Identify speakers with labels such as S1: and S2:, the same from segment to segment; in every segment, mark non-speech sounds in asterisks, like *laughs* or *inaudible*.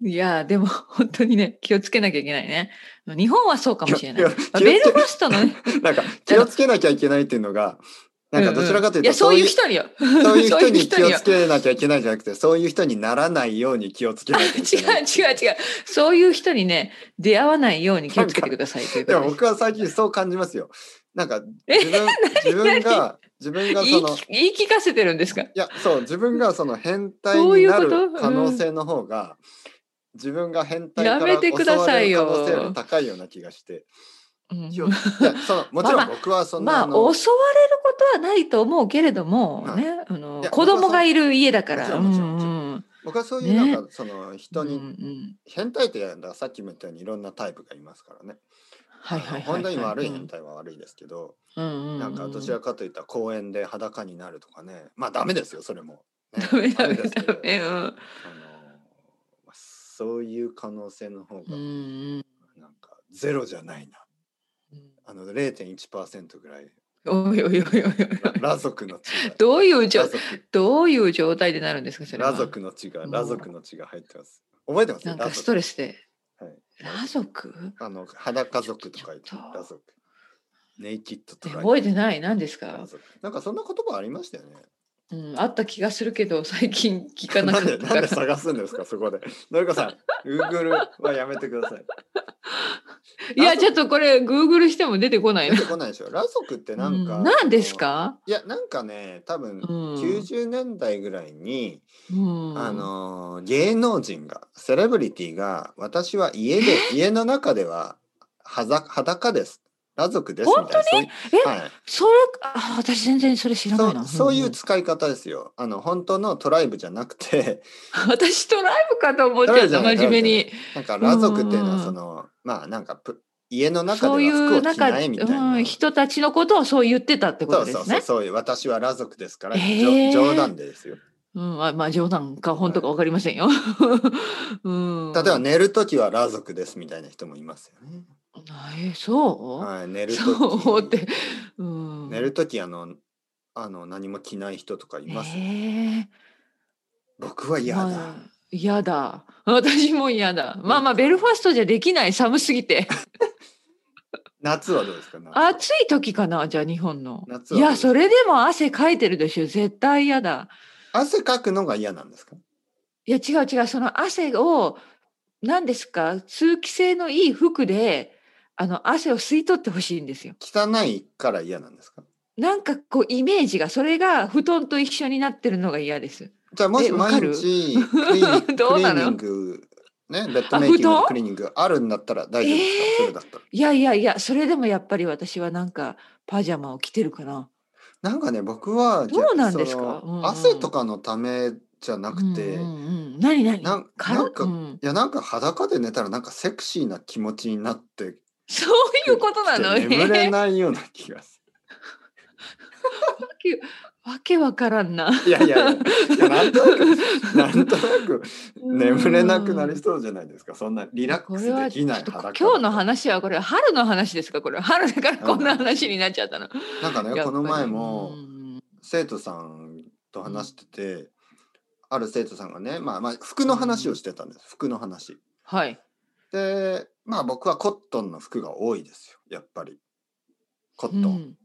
S1: いや、でも *laughs* 本当にね、気をつけなきゃいけないね。日本はそうかもしれない。
S2: いや
S1: ま
S2: いや
S1: あ
S2: 気をつけ
S1: ベルファストのね。
S2: なんか気をつけなきゃいけないっていうのが、なんかどちらかという
S1: いや、
S2: と、
S1: そういう人によ。
S2: そうい
S1: *laughs*
S2: う人に気
S1: よ
S2: をつけなきゃいけないじゃなくて、そういう人にならないように気をつけなきゃい
S1: *laughs* 違う
S2: けない。
S1: 違う違う。そういう人にね、出会わないように気をつけてくださいというこ
S2: で
S1: と
S2: も
S1: です
S2: 僕は最近そう感じますよ。なんか
S1: え
S2: 自分自
S1: *laughs*
S2: 分が自分が
S1: 言
S2: そ
S1: い
S2: のい
S1: 聞言い聞かせてるんですか
S2: やそう自分がその変態
S1: そうい
S2: に
S1: う
S2: な
S1: こと
S2: る
S1: うん
S2: 可能性の方が自分が変態
S1: や
S2: から
S1: め
S2: 襲
S1: てくだ
S2: わ
S1: さ
S2: れ
S1: い
S2: る可
S1: よ
S2: 能性が高いような気
S1: *laughs*
S2: がして。
S1: うん
S2: いやそのもちろ
S1: まあ
S2: ん
S1: ま
S2: 僕はそん
S1: ま
S2: な
S1: あ、襲わ
S2: あ
S1: れ
S2: の
S1: ることはないと思うけれども、
S2: はい
S1: ね、あの
S2: いや
S1: 子供がいる家だか
S2: 僕
S1: ら。
S2: は
S1: う
S2: も
S1: ん
S2: ちろんもちろ
S1: うん
S2: 僕はそういうなんか、その
S1: う
S2: 人に
S1: ん
S2: 変態っていうのはさっきも言ったようにいろんなタイプがいますからね。
S1: はいはいはいはい
S2: あの本当に悪い変態は悪いですけど、
S1: うん
S2: なんかどちら
S1: か。
S2: かといったら公園で裸になるとかね。まあダメですよそれも。ね
S1: ダメダメ
S2: ですけ
S1: ダ
S2: ど
S1: メ。うん
S2: あのまあそういう可能性の方
S1: う
S2: が
S1: ん
S2: なんかゼロじゃないな。
S1: うん
S2: あの0.1%ぐらい
S1: おいおいおいお
S2: *laughs*
S1: いおい。
S2: ら裸族の血が
S1: どういう
S2: 裸
S1: 状
S2: 族
S1: どういう状態でなるんですかそれは。
S2: 裸族の血が
S1: うん
S2: 裸族の血が入ってます。覚えてます？
S1: なん
S2: 裸
S1: か
S2: 族
S1: ストレスで。
S2: はい。
S1: 裸族？
S2: あの裸族とか言って
S1: ちょっと
S2: 裸族。ネイキッドと
S1: え
S2: か
S1: 覚えてない何ですか
S2: 裸。族なんかそんな言葉ありましたよね。
S1: うんあった気がするけど最近聞かな
S2: な
S1: か
S2: ん
S1: った
S2: で
S1: か
S2: *laughs* なん
S1: ら
S2: で。探すんですかそこで。のりこさん、Google はやめてください。
S1: いやちょっとこれ Google しても出てこない
S2: 出
S1: な。
S2: てこないでしょ。裸族ってな
S1: うん
S2: か。
S1: ん何ですか？
S2: いやなんかね多
S1: う
S2: 分
S1: ん
S2: 90年代ぐらいに、
S1: うん。
S2: あのー芸能人がセレブリティが私は家で家の中でははざ裸です裸族ですみたいなそういう
S1: え
S2: はい
S1: それあ私全然それ知らない
S2: そ
S1: な。
S2: うそうい
S1: ん
S2: う使い方ですよあの本当のトライブじゃなくて
S1: 私トライブかと思っちゃった
S2: トライブじ
S1: 真
S2: ゃない
S1: 面目に。
S2: なんか裸族っていうの
S1: うん
S2: はそのまあなんかプ家の中で
S1: そ
S2: は
S1: うい
S2: 服
S1: う
S2: を着
S1: 中
S2: ないみたいな。
S1: うん人たちのことをそう言ってたってこ
S2: そ
S1: と
S2: う
S1: で
S2: そう
S1: す
S2: そう
S1: ね。
S2: そういう私は裸族ですから、
S1: えー
S2: 冗冗談でですよ
S1: うんまあまあ冗談か本当かわかりませんよ。うん。
S2: 例えば寝る時は裸族ですみたいな人もいますよね
S1: あえそう。
S2: はい、寝る時
S1: そうって。うん。
S2: 寝る時あのあの何も着ない人とかいます、
S1: え
S2: 僕は
S1: え
S2: 嫌だ、
S1: まあ嫌だ。私も嫌だ。まあまあ、ベルファストじゃできない、寒すぎ
S2: *laughs*
S1: て。
S2: 夏はどうですか夏は
S1: 暑い時かな、じゃあ日本の。い
S2: 夏はどう
S1: や、それでも汗かいてるでしょ。絶対嫌だ。
S2: 汗かくのが嫌なんですか
S1: いや、違う違う。その汗を、何ですか、通気性のいい服で、あの、汗を吸い取ってほしいんですよ。
S2: 汚いから嫌なんですか
S1: なんかこう、イメージが、それが布団と一緒になってるのが嫌です。
S2: じゃあもし
S1: えわか
S2: 毎
S1: る
S2: 日クリニ
S1: *laughs* ど
S2: ク
S1: う
S2: リ
S1: な
S2: ー
S1: の
S2: ニングねベッドメイキ
S1: あ布
S2: ングの
S1: 団
S2: クリーニングあるんだったら大丈夫です
S1: え
S2: か、
S1: ー
S2: それだったら
S1: いやいやいや、それでもやっぱり私はなんかパジャマを着てるかな。
S2: なんかね僕は
S1: どうなんですか
S2: そ
S1: うんうん
S2: の汗とかのためじゃなくて、
S1: うん
S2: い
S1: うんうん、何何
S2: なん
S1: 軽
S2: なんか
S1: うん
S2: やなんか裸で寝たらなんかセクシーな気持ちになって
S1: そういうことなの
S2: きて眠れ
S1: ね。
S2: ないような気がする
S1: わけわからん *laughs* な。
S2: いやいやいやいや、なんとな
S1: *laughs*
S2: く、なんとなく眠れなくなりそうじゃないですか。そんなリラッ
S1: こ
S2: クス
S1: れは
S2: で
S1: ち
S2: き
S1: ょ
S2: ない
S1: っと
S2: 裸
S1: 今日の話はこれ春の話ですかこれ春だからこんな話になっちゃったの。
S2: なんか
S1: や
S2: ね、
S1: っぱり
S2: この前も
S1: うん
S2: 生徒さんと話してて、ある生徒さんがね、まあまあ服の話をしてたんです。服の話。
S1: はい。
S2: で、まあ僕はコットンの服が多いですよ。やっぱり。コットン。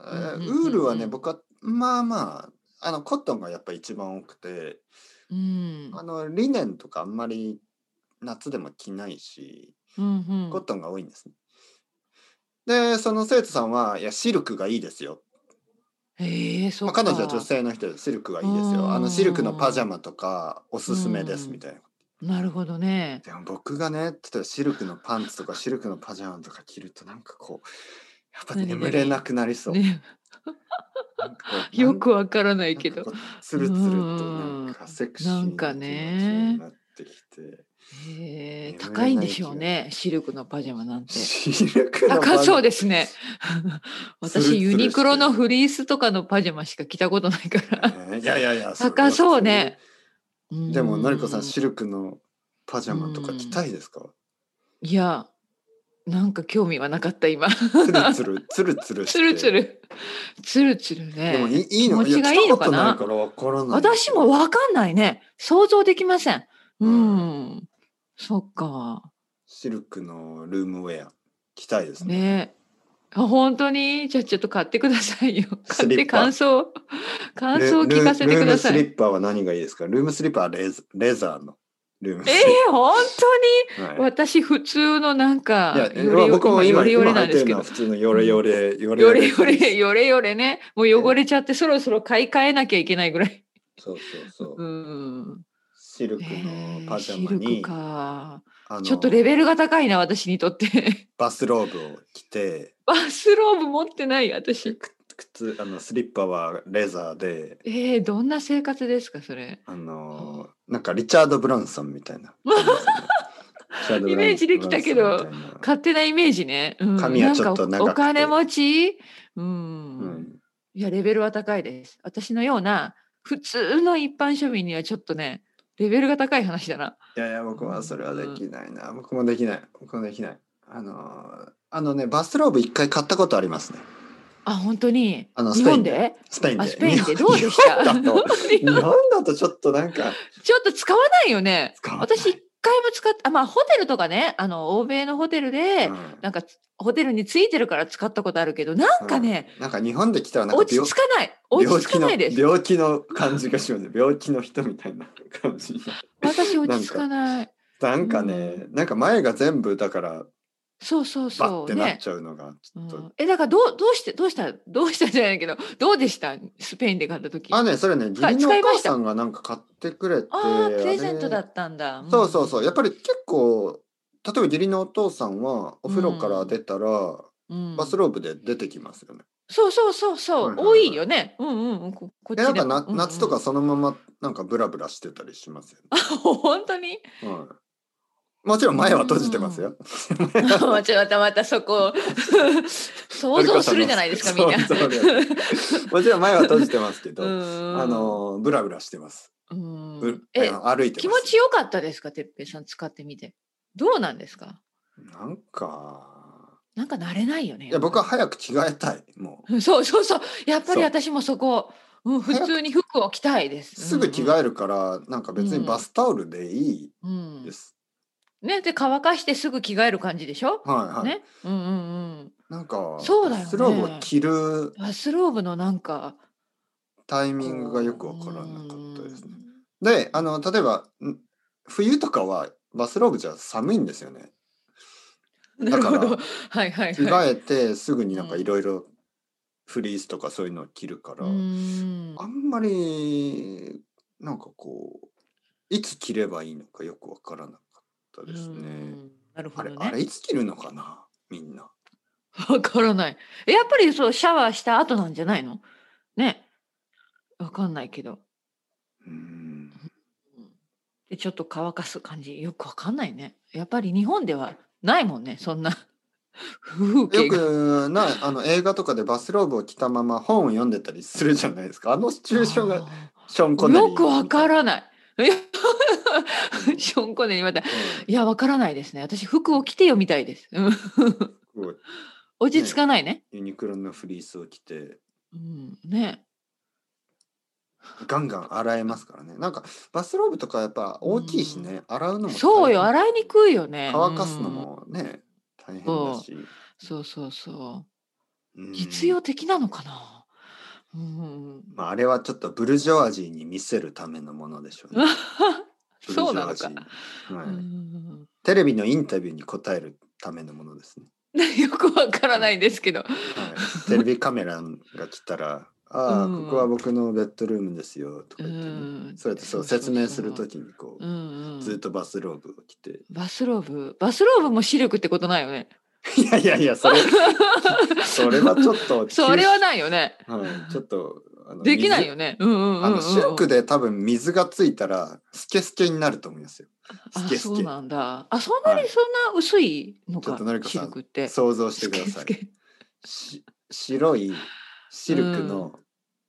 S2: えー
S1: うんうんうんうん
S2: ウールはね、僕はまあまあ、あのコットンがやっぱ一番多くて、
S1: うん
S2: あのリネンとかあんまり夏でも着ないし、
S1: うんうん
S2: コットンが多いんですね。で、その生徒さんは、いや、シルクがいいですよ。
S1: ええそ
S2: ま
S1: う
S2: あ、彼女は女性の人で、シルクがいいです
S1: う
S2: よ。
S1: ん
S2: あの、シルクのパジャマとか、おすすめです、
S1: うん
S2: みたいな。
S1: なるほどね。
S2: でも僕がね、例えばシルクのパンツとか、シルクのパジャマとか着ると、なんかこう、やっぱ
S1: 何々
S2: 眠れなくなりそう。 *laughs*
S1: ね
S2: なんかこう
S1: よくわからないけ。
S2: なん
S1: ど
S2: か。こうつるつると、なんかセクシー
S1: うんなんかね
S2: 気持ちになってきて。
S1: へえ
S2: 眠れない
S1: 高いんでしょうねシルクのパジャマなんて。
S2: シルクのパジャマ
S1: 高そうです
S2: *laughs*
S1: ね。
S2: ツルツルして
S1: 私ユニクロのフリースとかのパジャマしか着たことない
S2: *laughs*
S1: から。
S2: ねいやいやいや、れは
S1: 高そうね
S2: でも、のりこさん、
S1: い
S2: シルクのパジャマとか着たいですか
S1: やなんか興味はなかった
S2: *laughs*
S1: 今。
S2: つるつる、つるつるして。
S1: つるつ。るつるつる
S2: でも
S1: ね。
S2: いいいいの
S1: 気持ちがいいのかな
S2: や着たことないからわからない。
S1: 私もわかんないね想像できません。うん。そっか。
S2: シルクのルームウェア着たいですね。
S1: ね。あ本当にじゃあちょっと買ってくださいよ。買
S2: ス
S1: っ
S2: リ
S1: て
S2: ッパ
S1: 感想、感想を聞かせてくださ
S2: ルルームス
S1: い。
S2: リッパは何がいいですかルームスリッパはレザレザーのルームス
S1: え
S2: リッ
S1: ー、本
S2: パ。
S1: 当に
S2: はい
S1: 私普通のなんか
S2: いや、
S1: よ
S2: まあ
S1: れよ
S2: 僕も今、
S1: よれよ
S2: 今
S1: れな
S2: 履
S1: んで
S2: いて
S1: す
S2: る
S1: けど
S2: のは普通のヨレヨレ、ヨレ
S1: よ
S2: ヨレ
S1: れよれよれよれねもう汚れちゃってそろそろ買い替えなきゃいけないぐらい。
S2: そうそうそうう。
S1: ん。
S2: シルク
S1: え
S2: の
S1: ー
S2: パジ
S1: シ
S2: ャマ
S1: ルク
S2: に、
S1: か。
S2: あの
S1: ちょっとレベルが高いな私にとって。 *laughs*
S2: バスローブを着て、
S1: バスローブ持ってない私。
S2: く靴、あの、スリッパはレザーで、
S1: えー、どんな生活ですかそれ。
S2: あのー、なんかリチャード・ブランソンみ
S1: *laughs*
S2: たいな。
S1: イメージできたけど
S2: リチャードブランソンみたいな
S1: 勝手なイメージね。うん、
S2: 髪はちょっと
S1: なんかお
S2: 長くて
S1: お金持ち、う。
S2: うんん
S1: いやレベルは高いです。私のような普通の一般庶民にはちょっとねレベルが高い話だな。
S2: いやいや、僕はそれはできないな。僕もできない。僕もできない。あのー、あのね、バスローブ一回買ったことありますね。
S1: あ本当に。
S2: あの
S1: 日本で？
S2: スペインで。
S1: あスペインでどうでした *laughs*
S2: *laughs* 日本だと
S1: 日
S2: 日
S1: 本
S2: 本だとちょっとなんか、
S1: ちょっと使わないよね。
S2: 使わない
S1: 私一回も使ったあまあホテルとかねあの欧米のホテルで、
S2: うん
S1: なんかホテルについてるから使ったことあるけどなんかね、
S2: なんか日本で来たらなんか
S1: 落ち着かない落ち着かないです。
S2: 病気の病気の感じがしますね病気の人みたいな感じ
S1: 私落ち着かない。
S2: なんかね、なんか前が全部だから
S1: そうそう
S2: バ
S1: そ
S2: ッ
S1: う
S2: てなっちゃうのがちょっと、
S1: うんえだからどうどうしてどうしたどうしたじゃないけどどうでしたスペインで買った時
S2: あ
S1: あ
S2: ねそれね義
S1: 使い
S2: 理のお
S1: 使いま
S2: 母
S1: した
S2: さんがなんか買ってくれて
S1: あープレゼントだ
S2: あれ
S1: ったんだ、
S2: そうそうそうやっぱ
S1: り、
S2: り結構例えば義理のお父さんはお風呂から出たら、
S1: うん
S2: バスローブで出てきますよね。
S1: そうそうそうそう、
S2: はいはいはい
S1: 多いよねうんうんうんここっち
S2: で
S1: でも
S2: なんかな、
S1: うんうん
S2: 夏とかそのままなんかブラブラしてたりしますよね。
S1: *laughs* 本当に *laughs*
S2: はい、もちろん前は閉じてますよ。
S1: またまたまたそ
S2: *laughs*
S1: こ想像するじゃないですかみんな
S2: そうそうそうもちろん前は閉じてま
S1: *laughs*
S2: すけど、
S1: あ
S2: あのブラブラしてます。ぶ
S1: え
S2: あの歩いて
S1: 気
S2: ま
S1: 持
S2: す。
S1: ちよかったですかてっぺいさん使ってみてどうなんですか
S2: なんか
S1: なんか慣れないよね
S2: いや僕は早く着替えたい。も
S1: うんそうそうそう。やっぱり
S2: そう
S1: 私もそこ、うん、普
S2: 早く
S1: 通に服を着たいで
S2: う
S1: す。
S2: すぐ着替えるから、なんか別にバスタオルでい
S1: うんうん、
S2: いです。
S1: うん。ね、で乾かしてすぐ着替える感じでしょ。
S2: はいはい。
S1: ね、うんうん
S2: なんか
S1: そうだよね
S2: スローブを着る
S1: うん。バスローブのなんか。
S2: タイ
S1: タ
S2: ミングがよくわからなかったですね。。であの例えばん冬とかはバスローブじゃ寒いんですよね。
S1: なるほ
S2: だ
S1: ど。
S2: か
S1: はいはい
S2: 着
S1: はい。
S2: 替えてすぐになんか
S1: うん
S2: いろいろフリースとかそういうのを着るから、
S1: うん
S2: あんまりなんかこういつ着ればいいのかよくわからなかったです
S1: う
S2: ね。
S1: んなるほ
S2: あれ
S1: ど
S2: あれ
S1: ね。
S2: いつ着るのかなみんな。
S1: わからない。えやっぱりそうシャワーした後なんじゃないの？ね。わかんないけど。
S2: うん
S1: でちょっと乾かす感じよくわかんないねやっぱり日本ではないもんねそんな風景
S2: よ
S1: が
S2: くないあの映画とかでバスローブを着たまま本を読んでたりするじゃないですかあのシチュエーションが
S1: あ
S2: ショーン・コ
S1: ー
S2: ネリー
S1: よくわからないいや
S2: うん
S1: ショーンコネリーまたい
S2: うん
S1: やわからないですね私服を着てよみたいですうん
S2: こう
S1: 落ち着かないね
S2: ユニクロのフリースを着て
S1: うんね
S2: ガンガン洗えますからねなんかバスローブとかやっぱ大きいしね、洗うのも大変
S1: そうよ洗いにくいよね
S2: 乾かすの
S1: うん
S2: もね、大変だし、
S1: そうそうそ
S2: うん
S1: う実用的なのかなうん
S2: まあ、あれはちょっとブルジョワジーに見せるためのものでしょうねブル
S1: *laughs*
S2: ジ
S1: そう
S2: ョ
S1: なの
S2: ワジ
S1: か
S2: ーに、はい
S1: うん *laughs*
S2: テレビのインタビューに答えるためのものですね、
S1: よくわからないですけど
S2: はい、テレビカメラが来
S1: *laughs*
S2: たら「ああ、
S1: うん
S2: ここは僕のベッドルームですよ」とか
S1: う
S2: 言ってね、
S1: ん
S2: そうやってそう説明すると
S1: き、
S2: きにこう、
S1: うんうん
S2: ずっとバスローブを着て *laughs*
S1: バスローブバスローブも視力ってことないよね
S2: いやいやいや、
S1: *laughs*
S2: それ、それはちょっと、
S1: それはないよね
S2: はい、ちょっと、あの
S1: できないよねうんうんうんう
S2: 水
S1: ん、
S2: あ
S1: うん、
S2: の、シルクで多分水がついたら、スケスケになると思いますよ。ス
S1: あ
S2: ケス
S1: そう
S2: ケ。
S1: なんだあそんな
S2: は
S1: に
S2: い
S1: そんな薄いの
S2: ちょ
S1: か
S2: っとのりこ
S1: シ
S2: さん
S1: ルクって
S2: 想像して
S1: ス
S2: く
S1: ケ
S2: ださ
S1: ス
S2: い。
S1: ケ
S2: し白いシルクの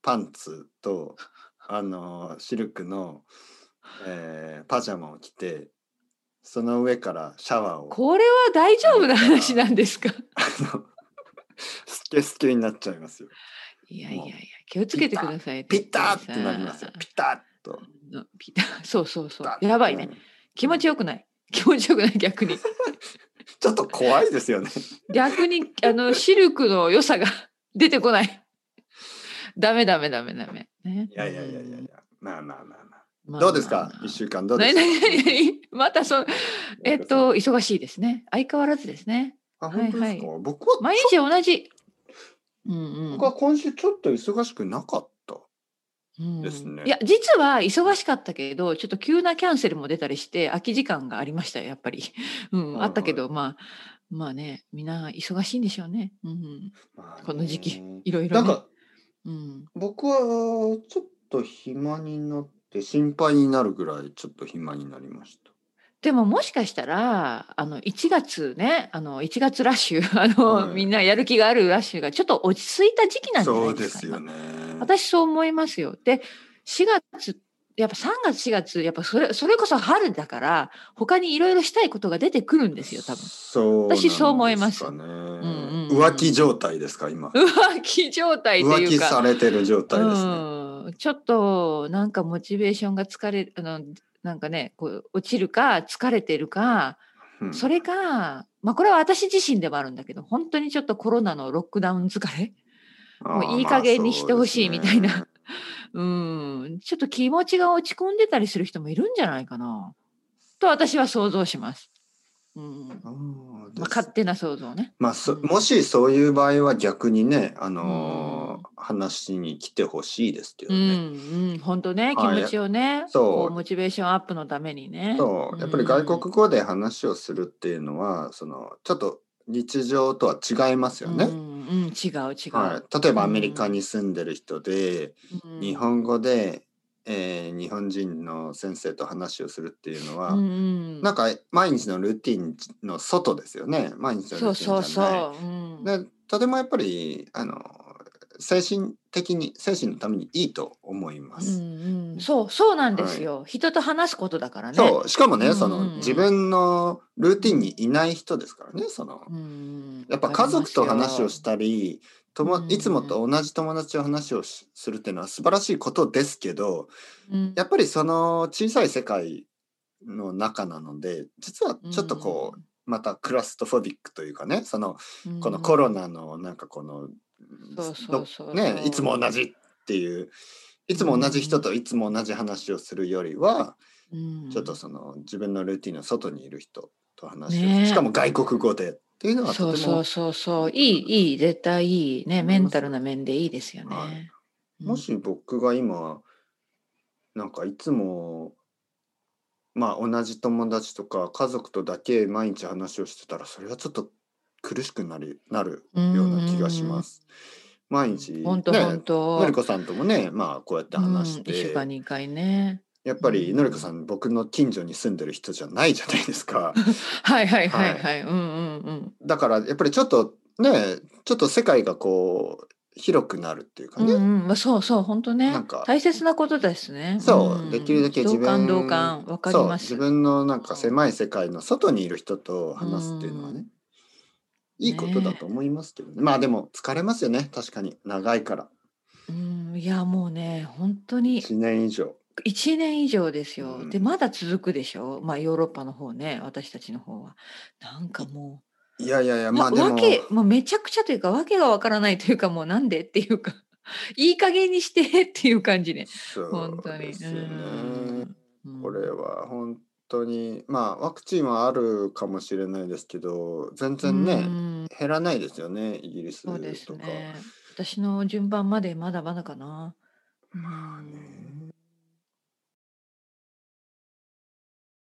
S2: パンツと、あの、シルクの、えーパジャマを着て、その上からシャワーを、
S1: これは大丈夫な話なんですか
S2: あのスケスケになっちゃいますよ。
S1: い *laughs* やいやいや気をつけてください
S2: ピタッってなりますよ。ピタッと。
S1: うんピタそうそうそうやばいね気持ちよくない気持ちよくない逆に。
S2: ちょっと怖いですよね。
S1: 逆にあのシルクの良さが *laughs* 出てこない。ダメダメダメダメ。ね、
S2: いやいやいやいやいや。まあまあまあま
S1: まあ
S2: あ。どうです
S1: まあ
S2: か
S1: まあ
S2: 一週間どうで
S1: 何
S2: すか
S1: 何何何 *laughs* またそうえっと忙しいですね。相変わらずですね。
S2: あ本当ですか、
S1: はい
S2: 僕は
S1: 毎日同じ。うんうん
S2: 僕は今週ちょっと忙しくなかった。
S1: うん
S2: ですね
S1: いや実は忙しかったけどちょっと急なキャンセルも出たりして空き時間がありましたよやっぱり、うん
S2: はい
S1: あったけどまあまあねみんな忙しいんでしょうね、うんうん、
S2: まあね
S1: この時期いろいろ、
S2: なん
S1: ね、
S2: か
S1: うん、
S2: 僕はちょっと暇になって心配になるぐらいちょっと暇になりました。
S1: でももしかしたらあの1月ねあの1月ラッシュ *laughs* あの、
S2: はい
S1: みんなやる気があるラッシュがちょっと落ち着いた時期なんじゃな
S2: そ
S1: いうで
S2: です
S1: か
S2: すよね。
S1: 今私そう思いますよで4月やっぱ3月4月やっぱそれそれこそ春だから他にいろいろしたいことが出てくるんですよ多分。
S2: そうなんですかね。
S1: 私そう思います
S2: ね
S1: んうん
S2: 浮気状態ですか今。
S1: 浮気状態と
S2: 浮
S1: い
S2: 気
S1: うか
S2: されてる状態ですね。
S1: うん、ちょっとなんかモチベーションが疲れあのなんかねこう落ちるか疲れてるか、
S2: うん
S1: それか、まあ、これは私自身でもあるんだけど本当にちょっとコロナのロックダウン疲れ、もういい加減にしてほしいみたいな。
S2: あーまあそうですね
S1: *laughs* うん、ちょっと気持ちが落ち込んでたりする人もいるんじゃないかなと私は想像します。うん
S2: あーです
S1: まあ、勝手な想像ね。
S2: まあ、そ
S1: うん
S2: もしそういう場合は逆にね、あ
S1: うんう
S2: の
S1: ん
S2: ー話に来てほしいですけど
S1: う
S2: ね。
S1: んうん、本当ね気
S2: はい
S1: 持ちをね、
S2: そう
S1: こモチベーションアップのためにね。
S2: そうやっぱり外国語で話をするっていうのはそのちょっと日常とは違いますよね。
S1: うんうん、違う違う。
S2: はい、例えばアメリカに住んでる人で、
S1: うん
S2: 日本語で、えー日本人の先生と話をするっていうのは、
S1: うんうん、
S2: なんか毎日のルーティンの外ですよね毎日のル
S1: そう
S2: ーティンじゃ
S1: そ
S2: ないう
S1: そう。うん
S2: でとてもやっぱりあの精神的に精神のためにいいと思いま
S1: う
S2: す。
S1: んうん、そうそうなんですよ、人と話すことだからね。
S2: そうしかもね、
S1: うんうん
S2: その自分のルーティンにいない人ですからねその、
S1: うんうん
S2: やっぱ家族と話をしたり友
S1: うん
S2: いつもと同じ友達と話をしするっていうのは素晴らしいことですけど
S1: うん
S2: やっぱりその小さい世界の中なので実はちょっとこう、またクラストフォビックというかねその
S1: うん
S2: このコロナのなんかこの、
S1: そうそうそう
S2: どねいつも同じっていういつも同じ人といつも同じ話をするよりは、
S1: うん
S2: ちょっとその自分のルーティンの外にいる人と話を、
S1: ねえ
S2: しかも外国語でっていうのは
S1: そ
S2: と
S1: う
S2: て
S1: そ
S2: も
S1: うそうそういいいい絶対いいね
S2: 思
S1: メ
S2: います
S1: ンタルな面でいいですよね。
S2: はい
S1: うん
S2: もし僕が今なんかいつもまあ同じ友達とか家族とだけ毎日話をしてたらそれはちょっと苦しくなりなるような気がします。毎日、ね、
S1: 本当本当。
S2: のりこさんともねまあこうやって話し
S1: うん、一
S2: て、
S1: 週間に一回ね。
S2: やっぱり
S1: うん
S2: のりこさん僕の近所に住んでる人じゃないじゃないですか。
S1: はいはいはいはい、うんうんうん。
S2: だからやっぱりちょっとねちょっと世界がこう広くなるっていうか
S1: うん
S2: ね、
S1: うん、まあ、そうそう、本当ね
S2: なんか。
S1: 大切なことですね。
S2: そう、
S1: ん
S2: できるだけ自分
S1: 同感、同感、わかり
S2: そう
S1: ます。
S2: 自分のなんか狭い世界の外にいる人と話すっていうのはね、
S1: うん
S2: いいことだと思いますけどねまあでも疲れますよね確かに長いから
S1: うん、いや、もうね、本当に
S2: 1年以上
S1: 一年以上ですよ。
S2: うん
S1: で、まだ続くでしょまあ、ヨーロッパの方ね、私たちの方は。なんかも
S2: いやいやいや
S1: う。
S2: まあで
S1: わ
S2: も
S1: け、もうめちゃくちゃというか、わけがわからないというか、もうなんでっていうか。いい加減にしてっていう感じね。
S2: そう
S1: 本当に。
S2: ですよね、
S1: うん
S2: これは本当にまあワクチンはあるかもしれないですけど全然ね、
S1: うん
S2: 減らないですよねイギリスと
S1: そ
S2: か
S1: うですね。私の順番までまだまだかな。うん
S2: ね